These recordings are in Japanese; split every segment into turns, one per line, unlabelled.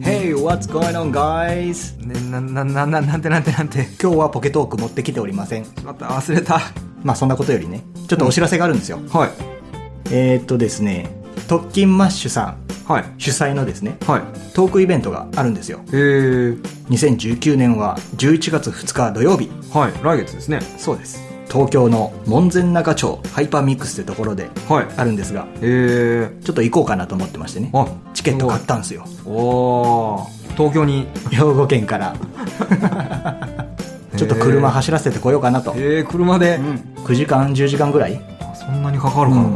What's going on, guys?
ね、な、な、な、ななんてなんてなんて。
今日はポケトーク持ってきておりません。
また忘れた。
まあそんなことよりね、ちょっとお知らせがあるんですよ。
はい。
えー、っとですね、特勤マッシュさん
はい。
主催のですね、
はい。
トークイベントがあるんですよ。
えー、
2019年は11月2日土曜日。
はい。来月ですね。
そうです。東京の門前仲町ハイパーミックスってところで
はい。
あるんですが、
えー、
ちょっと行こうかなと思ってましてね。
あ、
チケット買ったんですよ。
すごい。おー、東京に。
兵庫県から。 ちょっと車走らせてこようかなと。
えー、車で。
9時間、10時間ぐらい
あそんなにかかるかな。うん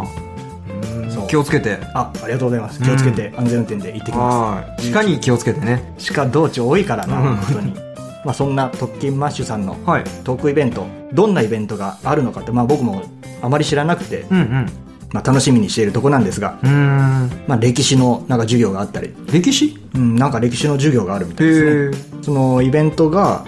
そう
気をつけて。
あ、ありがとうございます。気をつけて、安全運転で行ってきま
はい。鹿に気をつけてね。
す。鹿道中多いからな、
うん
本当に。まあそんな特勤マッシュさんの
はい。
トークイベント、どんなイベントがあるのかって、まあ僕もあまり知らなくて、
うんうん。
まあ楽しみにしているとこなんですが、
うーん。
まあ歴史のなんか授業があったり、
歴史
うん、なんか歴史の授業があるみ
え
たいですね。
ー、
そのイベントが、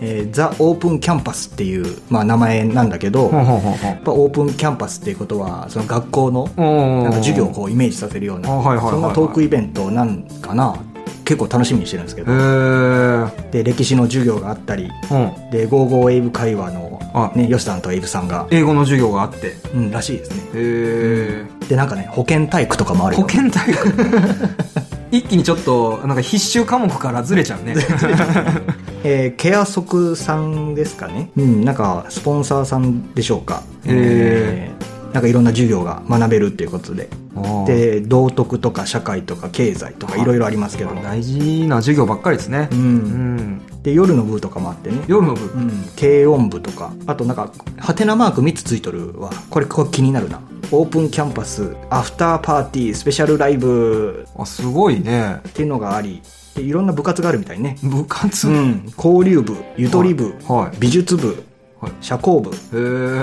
えーザ・オープンキャンパスっていう、まあ名前なんだけど、
ほ
や
ん
っ
ほんほんほん。
ぱオープンキャンパスっていうことは、その学校の
おー
なんか授業をこうイメージさせるような、
あはいはいはいはい
そんなトークイベントなんかな、結構楽しみにしてるんですけ
え
ど、
ー、
で、歴史の授業があったり、
うん。
で、ゴーゴーエイブ会話の
あ、
ね、ヨシさんとエイブさんが、
英語の授業があって。
うん、らしいですね。
えー。
で、なんかね、保健体育とかもあるよ
保健体育 一気にちょっとなんか必修科目からずれちゃうね
えーケアソクさんですかね。うん、なんか、スポンサーさんでしょうか。
へ
ーなんかいろんな授業が学べるっていうことで。で、道徳とか社会とか経済とかいろいろありますけど
ま
も。
あ大事な授業ばっかりですね
う。
うんん
で、夜の部とかもあってね。
夜の
う
部
ん、軽音部とかあとなんかハテナマーク3つついとるわこれこれ気になるなオープンキャンパスアフターパーティースペシャルライブ
あすごいね
っていうのがありでいろんな部活があるみたいね、
部活
う
はい
ん、交流部ゆとり部、
はい
美術部
はい
社交部
へ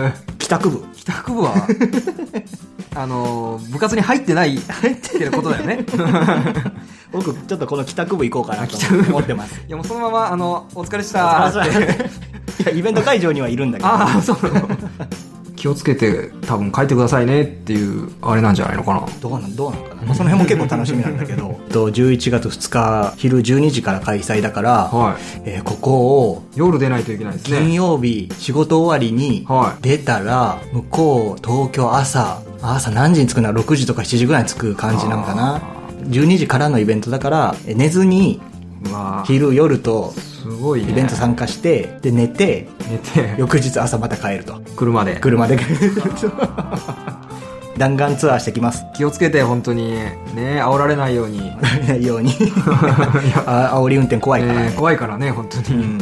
ー
帰宅部
帰宅部はあのー部活に入ってないってことだよね
僕ちょっとこの帰宅部行こうかなと思って思ってます
いやもうそのままあのお疲れっし
お
た
疲れ様でした いやイベント会場にはいるんだけど
ああそうなの気をつけて多分書いてくださいねっていうあれなんじゃないのかな
どうなんどうなんかな、まあその辺も結構楽しみなんだけど と11月2日昼12時から開催だから、
はい
えーここを
夜出ないといけないですね
金曜日仕事終わりに
はい
出たら向こう東京朝朝何時に着くな6時とか7時ぐらいに着く感じなんかな
あ
12時からのイベントだからえ寝ずに
うわー
昼夜と
すごいね
イベント参加してで寝て
寝て
翌日朝また帰ると
車で
車で帰る と弾丸ツアーしてきます
気をつけて本当にね煽られないように、
ないよう にあ煽り運転怖いから
ね
ね、
怖いからね本当
う
に、
ん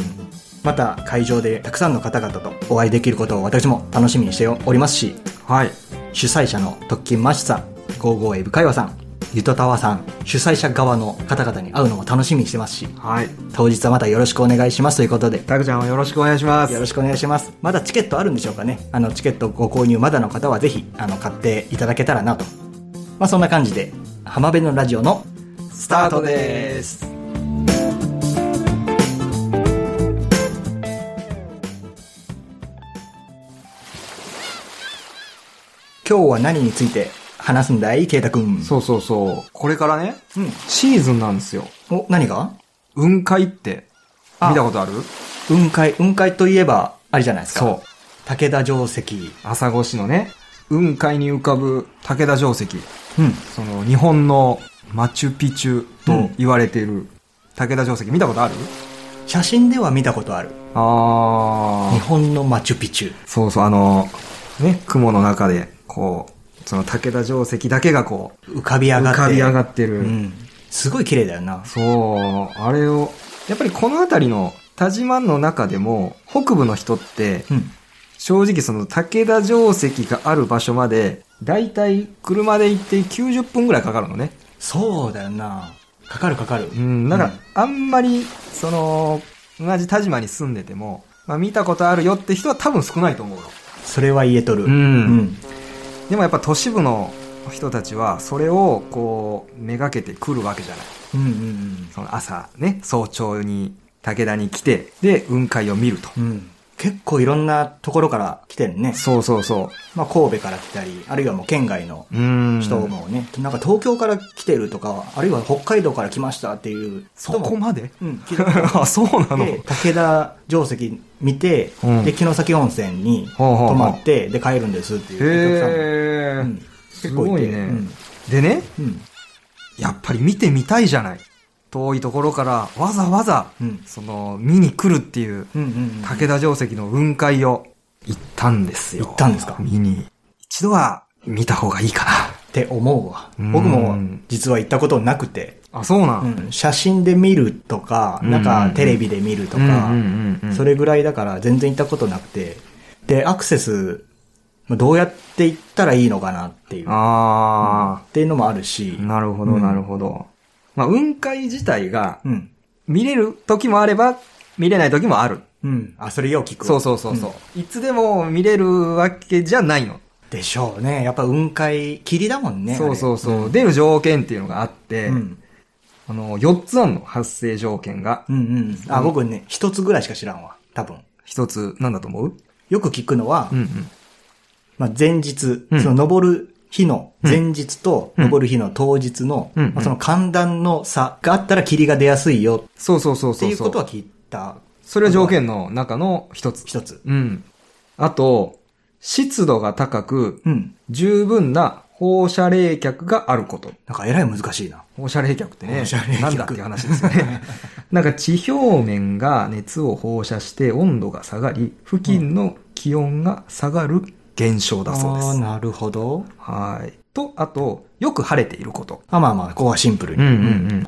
また会場でたくさんの方々とお会いできることを私も楽しみにしておりますし
はい
主催者の特勤マッシュさん、55エブ会話さん、ゆとたわさん、主催者側の方々に会うのも楽しみにしてますし、
はい
当日はまたよろしくお願いしますということで、
タクちゃんをよろしくお願いします
よろしくお願いします。まだチケットあるんでしょうかね。あの、チケットご購入まだの方はぜひ、あの、買っていただけたらなと。まあ、そんな感じで、浜辺のラジオのスタートです。今日は何について話すんだい圭太くん。
そうそうそうこれからね
うん。
シーズンなんですよ
お、何が
雲海って
あ
見たことある
雲海、雲海といえば、あれじゃないですか。
そう。
武田城跡。
朝越しのね雲海に浮かぶ武田城跡
うん。
その日本のマチュピチュと言われている武田城跡見たことある
写真では見たことある。
ああ
日本のマチュピチュ。
そうそう、あの、ね、雲の中で、こう、その武田城跡だけがこう、
浮かび上が
浮
って。
かび上がってる。
うん。すごい綺麗だよな。
そう、あれを、やっぱりこの辺りの田島の中でも、北部の人って、
うん。
正直その武田城跡がある場所まで、だいたい車で行って90分ぐらいかかるのね。
そうだよな。かかるかかる。
うん、だから
うん、
あんまり、その、同じ田島に住んでても、まあ見たことあるよって人は多分少ないと思うよ。
それは言えとる。
うん
うん。
でもやっぱ都市部の人たちはそれをこうめがけてくるわけじゃない
うんうん
その朝ね早朝に武田に来てで雲海を見ると
うん。うん。結構いろんなところから来てるね。
そうそうそ
まあ、神戸から来たり、あるいはもう県外の
う。うーん。
人もね、なんか東京から来てるとか、あるいは北海道から来ましたっていう
そ
人も
こまで
うん、聞いたことあ
あ、そうなの
っ。て武田定石見て、
うん
で、城崎温泉に
ほうほうほう
泊まって、で、帰るんですっていうお客さんも
へ
うん結構い
ー。
て
すごいねでね、
うん。うん。
やっぱり見てみたいじゃない。遠いところからわざわざ、
うん
その、見に来るっていう、
うんうんうん。
武田定石の雲海を行ったんですよ。
行ったんですか
見に。一度は見た方がいいか
って思うわ。僕も実は行ったことなくて、
な。あ、そうなん。
うん写真で見るとか、なん
うん
か
うん
テレビで見ると
うん
か
う、んうんうん
それぐらいだから全然行ったことなくて、で、アクセス、まあどうやって行ったらいいのかなっていう、っ
あ
ていうのもあるし、
あ、なるほど、なるほど。まあ、雲海自体が、
うん。
見れる時もあれば、見れない時もある。
うん。あ、それよう聞くわ。
そうそうそうそう、いつでも見れるわけじゃないの。
でしょうね。やっぱ雲海、霧だもんね。
そうそうそう、
で、
出る条件っていうのがあって、
うん。
あの、4つあんの、発生条件が。
うんうん。あ、僕ね、一つぐらいしか知らんわ。多分。
一つ、なんだと思う
よく聞くのは、
うんうん。
まあ、前日、
うん
その登る日の前日と登る日の当日の、
うん
まあその寒暖の差があったら霧が出やすいよ
そうそうそう
って
そうそう。
いうことは聞いた
それは条件の中の一つ。
一つ。
うん。あと、湿度が高く、
うん。
十分な放射冷却があること。
なんかえらい難しいな。
放射冷却ってね
放射冷却、
なんだっていう話です よね。なんか地表面が熱を放射して温度が下がり、付近の気温が下がる現象だそうで
あー
す。
なるほど。
はい。と、あと、よく晴れていること。
あ、まあまあ、ここはシンプルに。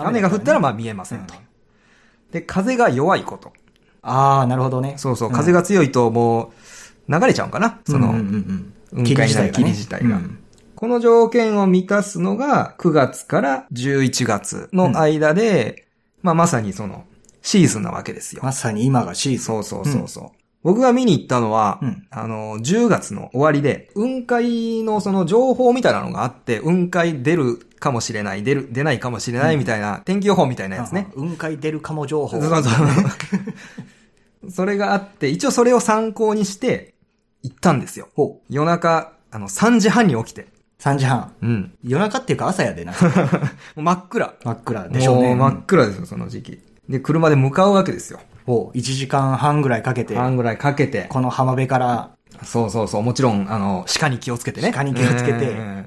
雨が降ったらまあ見えませんと
うん。
で、風が弱いこと。
ああ、なるほどね。
そうそう、風が強いともう流れちゃうんかな。
うん、
そ
うんう
の
ん、うん、
雲海なり霧
ね
自体が
うん
この条件を満たすのが9月から11月の間で、まあまさにそのシーズンなわけですよ。
まさに今がシーズン。
そうそうそうそう。僕が見に行ったのは、
うん
あの、10月の終わりで、雲海のその情報みたいなのがあって、雲海出るかもしれない、出る、出ないかもしれないみたいな、天気予報みたいなやつね。
あー。雲海出るかも情報。
そうそう そう。それがあって、一応それを参考にして、行ったんですよ。
ほ
夜中、あの、3時半に起きて。
う。3時半。
うん。
夜中っていうか朝やでな。
もう真っ暗。
真っ暗でしょう
も
ね。
う真っ暗ですよ、その時期。で、車で向かうわけですよ。
を1時間半ぐらいかけて、
半ぐらいかけて。
この浜辺から、
そうそうそう。もちろん、あの、鹿に気をつけてね。
鹿に気をつけて
うん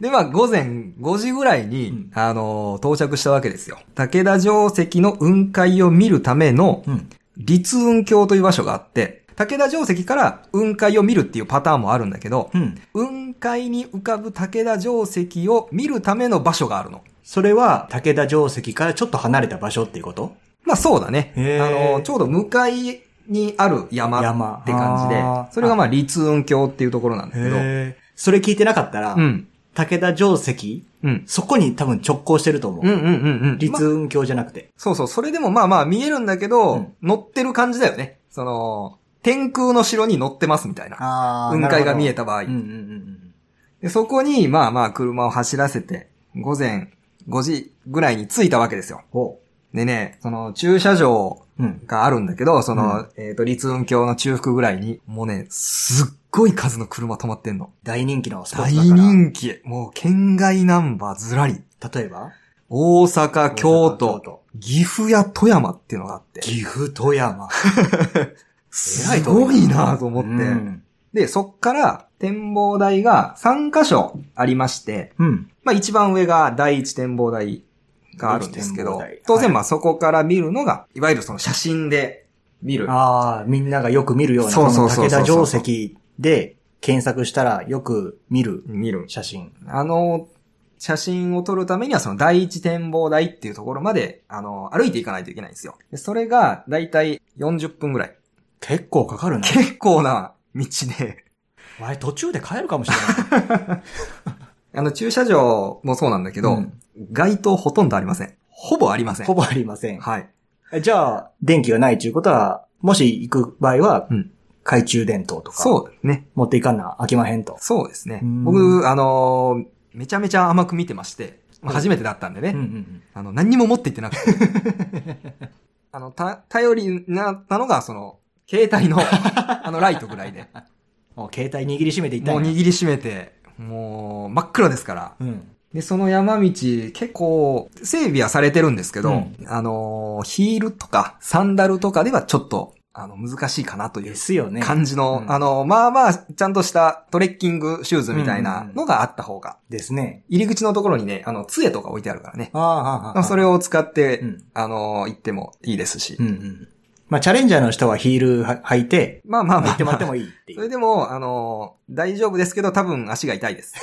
で、まあ、午前5時ぐらいに、
うん
あの、到着したわけですよ。武田城跡の雲海を見るための、
ん。
立雲峡という場所があって、武田城跡から雲海を見るっていうパターンもあるんだけど、
うん。
雲海に浮かぶ武田城跡を見るための場所があるの。
それは、武田定石からちょっと離れた場所っていうこと
まあそうだね。
へー
あの、ちょうど向かいにある山
山
って感じで
あー、
それがまあ、立雲峡っていうところなんだけど、
え。それ聞いてなかったら、
うん。
武田定石、
うん。
そこに多分直行してると思う。
うんうんうんうん。
立
まあ
雲峡じゃなくて。
そうそう、それでもまあまあ見えるんだけど、
うん
乗ってる感じだよね。その、天空の城に乗ってますみたいな。
あ
雲海が見え
た
た場合。
うんうんうん
でそこに、まあまあ車を走らせて、午前5時ぐらいに着いたわけですよ。
うん。お
でね、その駐車場
うん。
があるんだけど、その、
う
えっ、と、立雲峡の中腹ぐらいに、もうね、すっごい数の車止まってんの。
大人気のスポッ
大
トだから。
人気。もう県外ナンバーずらり。
例えば
大阪、京都
大阪京、都
岐阜や富山っていうのがあって。
岐阜、富山。
すごいなと思って。
うん。
で、そっから展望台が3カ所ありまして、
うん。
まあ一番上が第一展望台があるんですけ
第一展望
ど
台、
当然
はい
まあそこから見るのが、いわゆるその写真で見る。
ああ、みんながよく見るような、
そうそうそうそ
こ
う
の武田定石で検索したらよく見る
見る。
写真。
あの、写真を撮るためにはその第一展望台っていうところまで、あの、歩いていかないといけないんですよ。でそれがだいたい40分ぐらい。
結構かかるな。
結構な道で、
あれ途中で帰るかもしれない。
あの駐車場もそうなんだけど、
うん
街灯ほとんどありません。ほぼありませ ん。
ほぼありません。
はい。
じゃあ、電気がないということは、もし行く場合は
うん、
懐中電灯とか、
そうね。
持っていかんな、飽きまへんと。
そうですね。
うん
僕、あのーめちゃめちゃ甘く見てまして、まあ
うん
初めてだったんでね、
うんうん
あ の、何にも持って行ってなくて。あの、た、頼りになったのが、その、携帯の、あのライトぐらいで。
もう携帯握りしめていったん
もう
や
握りしめて、もう真っ暗ですから。
うん。
で、その山道、結構、整備はされてるんですけど、
うん
あのー、ヒールとか、サンダルとかではちょっと、あの、難しいかなという
ですよね。
感じの、
うん
あの、まあまあ、ちゃんとしたトレッキングシューズみたいなのがあった方が、
ですね。
入り口のところにね、あの、杖とか置いてあるからね。
ああ、ああああ。
それ
を。
を使って、
うん
あの、行ってもいいですし。
うんうん。まあ、チャレンジャーの人はヒールは履いて、
まあまあまあ、
行ってもらってもいいってい
それ
う。
でも、あの、大丈夫ですけど、多分足が痛いです。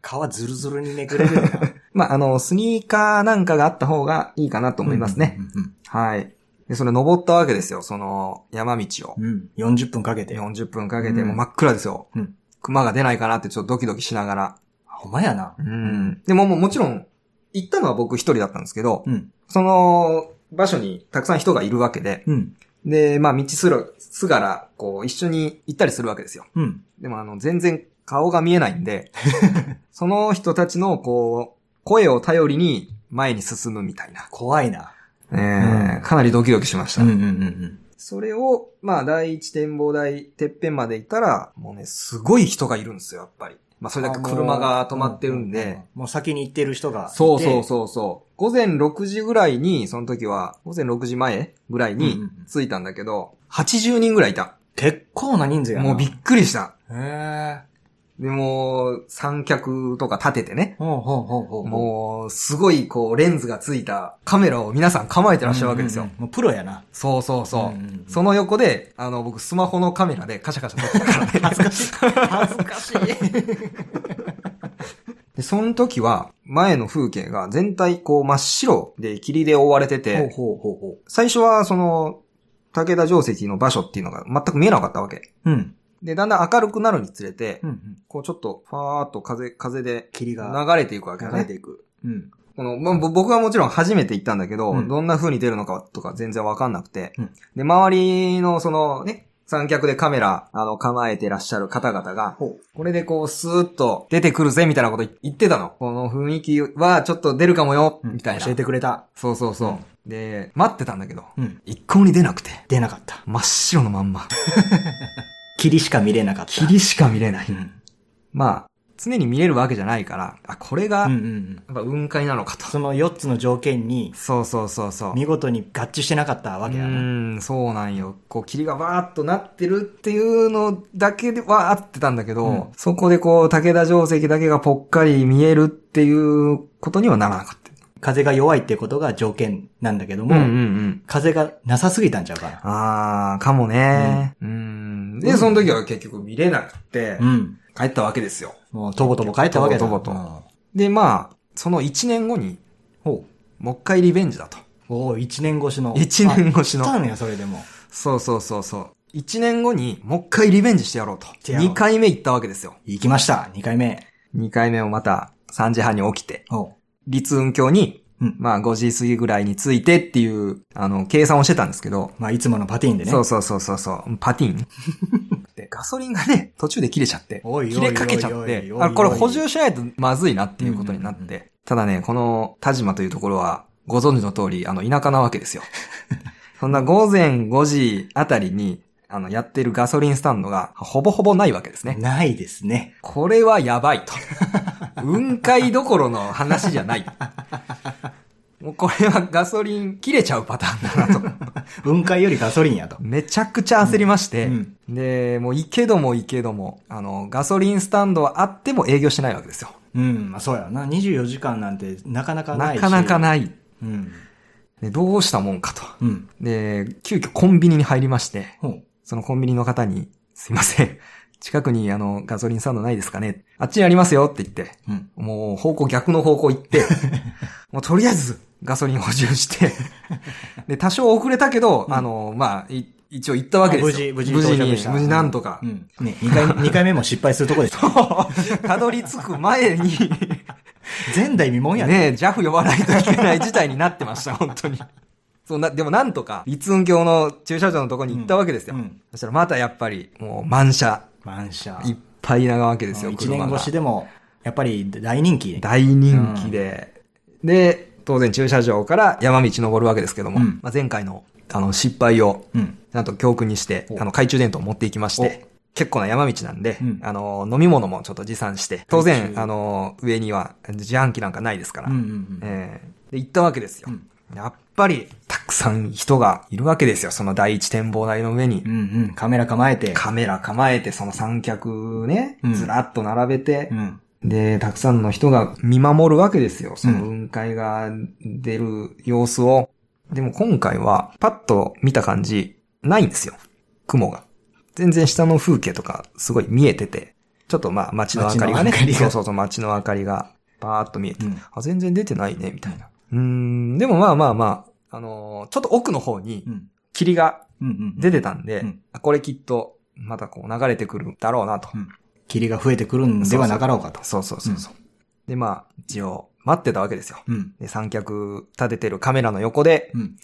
皮ズルズルにめくれるような
まあ、あの、スニーカーなんかがあった方がいいかなと思いますね。。
うん
はい。で、それ登ったわけですよ、その、山道を。
うんうん。うん40分かけて。
40分かけて、
うん
もう真っ暗ですよ。
うん
熊が出ないかなってちょっとドキドキしながら。
ほんまやな
う。ん。でも、もうもちろん、行ったのは僕一人だったんですけど、
うん。
その、場所にたくさん人がいるわけで、
うん。
で、まあ、道すら、すがら、こう、一緒に行ったりするわけですよ。
うん。
でも、あの、全然顔が見えない んで、その人たちの、こう、声を頼りに前に進むみたいな。
怖いな。
えー
うん
かなりドキドキしました。
うんうんうん
それを、まあ、第一展望台、てっぺんまで行ったら、もうね、すごい人がいるんですよ、やっぱり。まあ、それだけ車が止まってるんで。。
もう先に行ってる人がいて。
そうそうそうそう。午前6時ぐらいに、その時は、午前6時前ぐらい
うん
に
うんうん
着いたんだけど、80人ぐらいいた。
結構な人数やな。
もうびっくりした。
へえ。
で、もう、三脚とか立ててね。
ほうほうほうほう。う
もう、すごい、こう、レンズがついたカメラを皆さん構えてらっしゃるわけですよ。
うんうんうん。もうプロやな。
そうそうそう。
うんうんうん
その横で、あの、僕、スマホのカメラでカシャカシャ撮ってたからね。
恥ずかしい。恥ずかしい。
で、その時は、前の風景が全体、こう、真っ白で霧で覆われてて、
ほうほうほうほ
最初はその、武田定石の場所っていうのが全く見えなかったわけ。
う。うん。
で、だんだん明るくなるにつれて、
うんうん。
こうちょっと、ファーっと風、風で
霧
流
が
れていくわけ
流
だ
れて
ね。
いく。うん。
この、まあ、ぼ僕はもちろん初めて行ったんだけど、
うん
どんな風に出るのかとか全然わかんなくて、
うん
で、周りのそのね、三脚でカメラ、あの、構えてらっしゃる方々が、
ほ
これでこう、スーッと出てくるぜ、みたいなこと言ってたの。この雰囲気はちょっと出るかもよ、
う。
みたいな。
教えてくれた。
そうそうそう。で、待ってたんだけど、
うん。
一向に出なくて。
出なかった。
真っ白のま んま。
霧しか見れなかった。
霧しか見れない。
うん。
まあ、常に見れるわけじゃないから、あ、これが、
うんう
や
ん
っ
うん。
ぱ雲海なのかと。
その4つの条件に、
そうそうそうそう。
見事に合致してなかったわ
う
けやな。
ーん、そうなんよ。こう、霧がわーっとなってるっていうのだけでは合ってたんだけど、
うん
そこでこう、武田定石だけがぽっかり見えるっていうことにはならなかった。
風が弱いってことが条件なんだけども、
ん。
風がなさすぎたんちゃうかな。
あー、かもね。うーん。で、その時は結局見れなくて、
うん。
帰ったわけですよ。
もう、とぼとぼ帰ったわけだ。
とぼとぼと
うん
で、まあ、その1年後に、
ほう。
もう一回リベンジだと。
おお一年越しの。
一年越しの
あ来たのや、それでも。
そうそうそうそう。一年後にもう一回リベンジしてやろうと。
てやろう
二回目行ったわけですよ。
行きました、二回目。
二回目をまた3時半に起きて、
おう。
立雲峡に、
うん。
まあ5時過ぎぐらいに着いてっていう、あの、計算をしてたんですけど、
まあ、いつものパティーンでね。
そうそうそうそうそう、パティ ンで、ガソリンがね、途中で切れちゃって、
おいおい
切れかけちゃ
おい
っ
おいおい
て
おいお、い
あ、これ補充しないとまずいなっていうことになっ
うんうんう
て、ただね、この田島というところは、ご存知の通り、あの、田舎なわけですよ。 そんな午前5時あたりに、あの、やってるガソリンスタンドが、ほぼほぼないわけですね。
ないですね。
これはやばいと。雲海どころの話じゃない。もうこれはガソリン切れちゃうパターンだなと。
雲海よりガソリンやと。
めちゃくちゃ焦りまして、
うん
で、もういけどもいけども、あの、ガソリンスタンドはあっても営業してないわけですよ。
うん、まあ、そうやろな。24時間なんてなかなかない
な
し。
かなかない。
うん。
でどうしたもんか
う
と。
ん。
で、急遽コンビニに入りまして、
ほう。
そのコンビニの方に、すいません、近くにあの、ガソリンスタンドないですかねあっちにありますよって言って、
うん。
もう方向逆の方向行って、 もうとりあえずガソリン補充して、で、多少遅れたけど、あの、まあ、い一応行ったわけですよ。
無事、無事
無事
到着
に
した
無事なんとか
う。ん。ね、二回、二回目も失敗するとこでしょ。
たどり着く前に、
前代未聞やね。
ねえ、JAF 呼ばないといけない事態になって ました、本当に。そうな、でもなんとか、立雲峡の駐車場のとこに行ったわけですよ。
うんうん
そしたらまたやっぱり、もう満車、
満車。
いっぱいなわけですよ、
一
車
年
が
越しでも、やっぱり大人気。
大人気で、で、当然駐車場から山道登るわけですけども、
うん
まあ、前回のあの、失敗を、
うん。
なんと教訓にして、
お
あの、懐中電灯を持っていきまして、結構な山道なんで、
うん
あの、飲み物もちょっと持参して、当
懐
然、
中
あの、上には自販機なんかないですか
う
ら、
んうんうん。
えーで、行ったわけですよ。
うん
やっぱり、たくさん人がいるわけですよ。その第一展望台の上に
う。んうん。カメラ構えて。
カメラ構えて、その三脚ね
うん、
ずらっと並べて
う、ん。
で、たくさんの人が見守るわけですよ。その雲海が出る様子を。でも今回は、パッと見た感じ、ないんですよ。雲が。全然下の風景とか、すごい見えてて。ちょっとまあ、街の明かりがね。
街の明かりが
そうそうそう、街の明かりが、パーッと見えて、
うん
あ、全然出てないね、みたいな。うーん、でもまあまあまあ、あのーちょっと奥の方に
う、ん。
霧が
うんうん。
出てたんで、
うん
あこれきっと、またこう流れてくるだろうなと。
霧が増えてくるんではなかろうかと。
そうそうそうそう。で、まあ、一応、待ってたわけですよ。
うん。
で、三脚立ててるカメラの横で、
うん。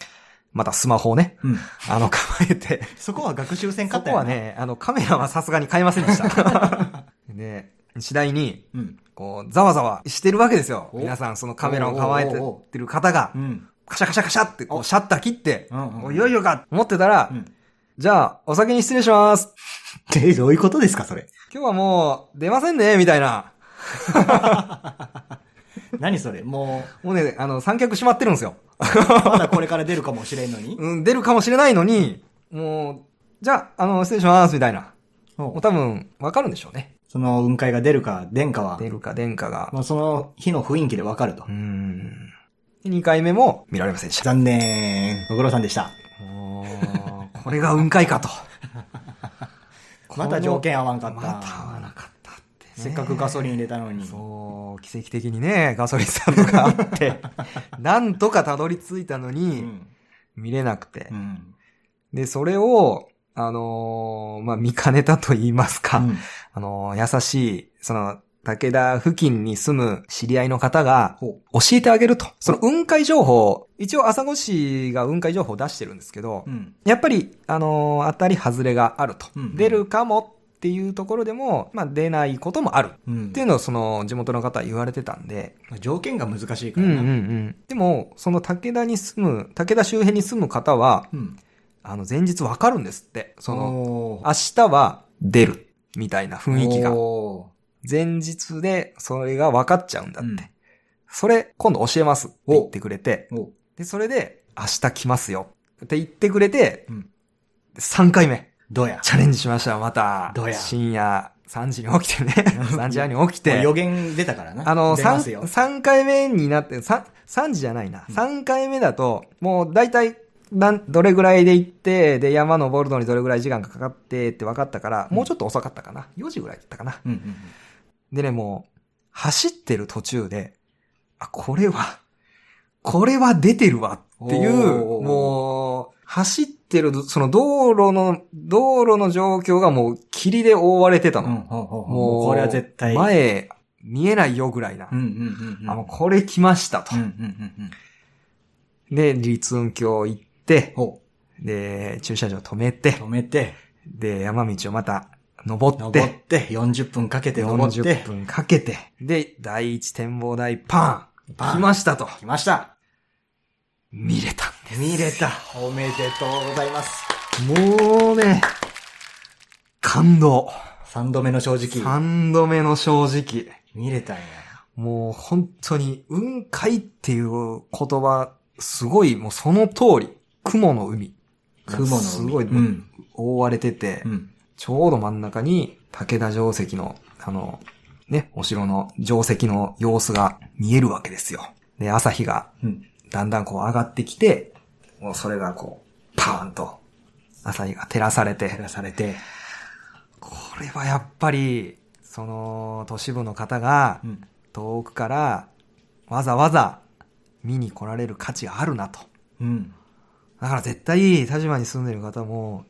またスマホをね、
うん。
あの、構えて、
そこは学習戦
そ
勝った
こは。ね、あの、カメラはさすがに買いませんでした。で、次第に、
うん。
こう、ざわざわしてるわけですよ。
お
皆さん、そのカメラを構え
おうおうおうおう
てってる方が
う、ん。
カシャカシャカシャって、こう、シャッター切って、
うんうんうん
もういよいよかと思ってたら、じゃあ、お先に失礼します。
え、どういうことですか、それ。
今日はもう、出ませんね、みたいな。
何それも
もうね、あの、三脚閉まってるんですよ。
う、まだこれから出るかもしれんのに。
うん、出るかもしれないのに、もう、じゃあ、あの、失礼します、みたいな。もう多分、わかるんでしょうね。
その雲海が出るか、殿下は
出、るか、殿下が。
もうその日の雰囲気でわかると
うー。ん。2回目も見られませんでした。
残念。ご苦労さんでした。
もうこれが雲海かと。
また条件合わんか
ま
った。
た合わなかったってね、
せっかくガソリン入れたのに。
そう、奇跡的にね、ガソリンスタンドがあ って、なんとかたどり着いたの
う
に、
ん。
見れなくて
う。ん。
で、それを、あのーまあ、見かねたと言いますか。
うん
あの、優しい、その、武田付近に住む知り合いの方が、
ほ
教えてあげると。その雲海情報、一応朝越市が雲海情報を出してるんですけど
う。う、ん。
やっぱり、あの、当たり外れがあると
うんうん。
出るかもっていうところでも、まあ出ないこともある。
うん
っていうのをその地元の方は言われてたんで。
まあ条件が難しいか
うん
ら
うんう
な。
ん。でも、その武田に住む、武田周辺に住む方は、
うん。
あの前日わかるんですって。その、
の
明日は出る。みたいな雰囲気が。
お
前日でそれが分かっちゃうんだ
ー
っ
う
て。
ん
それ、今度教えますって言ってくれて、
お
で、それで、明日来ますよって言ってくれて、
うん
3回目、
どうや
チャレンジしました、また。
どうや
深夜3時に起きてね、3時半に起き
もう
て
予、言出たからな。
あの、
出ますよ
3、。三回目になって、3、三時じゃないな。
うん
3回目だと、もう大体、なん、どれぐらいで行って、で、山登るのにどれぐらい時間がかかってって分かったから、もうちょっと遅かったかな。4時ぐらいだったかな。
うんうんうん。
でね、もう、走ってる途中で、あ、これは、これは出てるわっていう、
おー
もう、走ってる、その道路の、道路の状況がもう霧で覆われてたの。
うん、ほうほうほうもうこれは絶対。
前、見えないよぐらいな。
うんうんうんうん。
あ、もうこれ来ましたと
うん。うんうんうん。
で、立雲橋行って、
ほ
で、駐車場止めて
う。、止めて、
で、山道をまた登って、
登って、40分かけて登って
40、分かけて、で、第一展望台パン
パン
来ましたと。
来ました。
見れたんです。
見れた。おめでとうございます。
もうね、感動。
3度目の正直。
3度目の正直。
見れたんや。
もう本当に、雲海っていう言葉、すごい、もうその通り、雲の海。
雲の海
すごい、
うん
覆われてて、
うん。
ちょうど真ん中に、武田城跡の、あの、ね、お城の城跡の様子が見えるわけですよ。で、朝日が
うん。
だんだんこう上がってきて、もうそれがこう、パーンと、朝日が照らされて
照、らされて、
これはやっぱり、その、都市部の方が
う、ん。
遠くから、わざわざ、見に来られる価値があるなと。
うん。
だから絶対、田島に住んでる方も、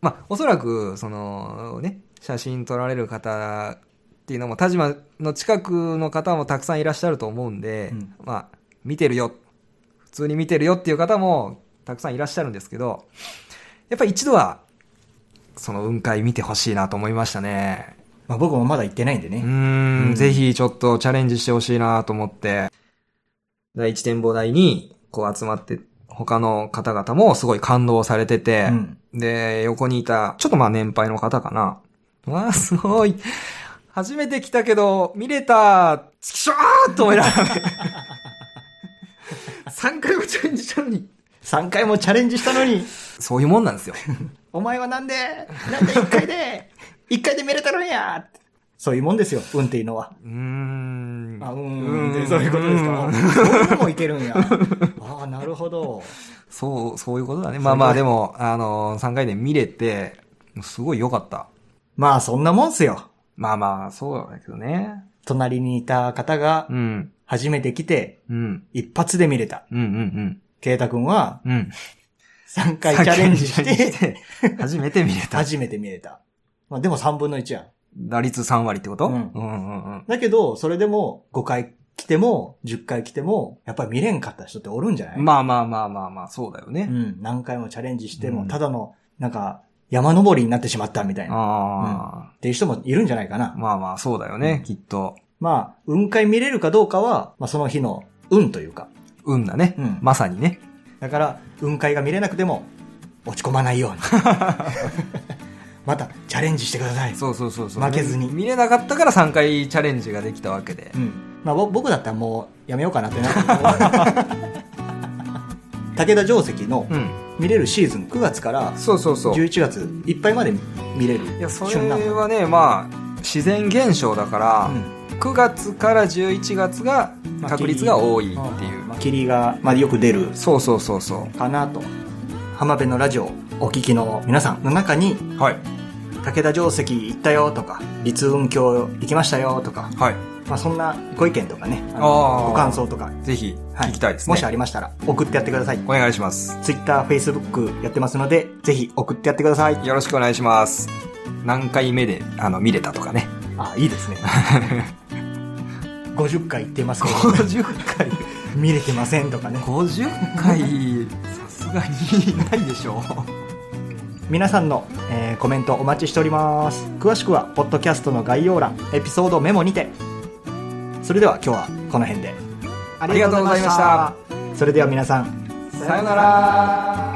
まあ、おそらく、その、ね、写真撮られる方っていうのも、田島の近くの方もたくさんいらっしゃると思うんで、
うん
まあ、見てるよ、普通に見てるよっていう方もたくさんいらっしゃるんですけど、やっぱ一度は、その雲海見てほしいなと思いましたね。
まあ僕もまだ行ってないんで
う
ね。
ー
うん
ん、ぜひちょっとチャレンジしてほしいなと思って、第一展望台にこう集まってっ他の方々もすごい感動されてて、
うん。
で、横にいた、ちょっとまあ年配の方かな。わあ、すごい。初めて来たけど、見れたチキショーと思いなが らね。3回もチャレンジしたのに。
3回もチャレンジしたのに、
そういうもんなんですよ。
お前はなんでなんで1回で ?1 回で見れたのやってそういうもんですよ、運っていうのは。
うーん。
あ、う
ー
ん、ってそういうことですか。
うー
あ
ん
そういうのもいけるんや。ああ、なるほど。
そう、そういうことだね。まあまあ、でも、あの3回で見れて、すごい良かった。
まあ、そんなもんっすよ。
まあまあ、そうだけどね。
隣にいた方が
うん。
初めて来て、
うん。
一発で見れた。
うんうん
ケイタくんは
うん。うん。
3回チャレンジし、
チャレンジしてて、初めて見れ た。
初めて見れた。まあ、でも3分の1やん。
打率3割ってこと
うん
うんうんうん。
だけど、それでも5回来ても、10回来ても、やっぱり見れんかった人っておるんじゃない
まあまあまあまあまあ、そうだよ
う
ね。
ん、何回もチャレンジして
う
も、
ん
ただの、なんか、山登りになってしまったみたいな、っ
あ
ていう人もいるんじゃないか
あ、
な。
まあまあ、そうだよね、
うん
きっと。
まあ、雲海見れるかどうかは、まあその日の運というか。
運だね、
うん
まさにね。
だから、雲海が見れなくても、落ち込まない ように。また、チャレンジしてください。
そうそうそうそう。
負けずに
見れなかったから3回チャレンジができたわけで
う。ん。まあ、ぼ僕だったらもう、やめようかなって なるけど武田定石の
うん。
見れるシーズン9月から
そうそうそう。
11月いっぱいまで見れる
いや、そ
旬な
れ
の
はね、まあ、自然現象だから、
うん
9月から11月が
まあ
確率が多いっていう。
まあ、霧が、まあ、よく出る
そうそうそうそ
かなと浜辺のラジオをお聞きの皆さんの中に
う。はい。
武田定石行ったよとか立雲峡行きましたよとか、
はい。
まあ、そんなご意見とかねあの
あー
ご感想とか、
ぜひ、
は
聞きたいですね。
もしありましたら送ってやってください
お願いします。
TwitterFacebook やってますのでぜひ送ってやってください
よろしくお願いします。何回目で、あの、見れたとかね。
あいい ですね50回行ってますけど
50回。
見れてませんとかね
50回、 さすがにないでしょ
皆さんの、えーコメントお待ちしております詳しくはポッドキャストの概要欄エピソードメモにてそれでは今日はこの辺であ
りがとうございました
それでは皆さん
う。さよなら。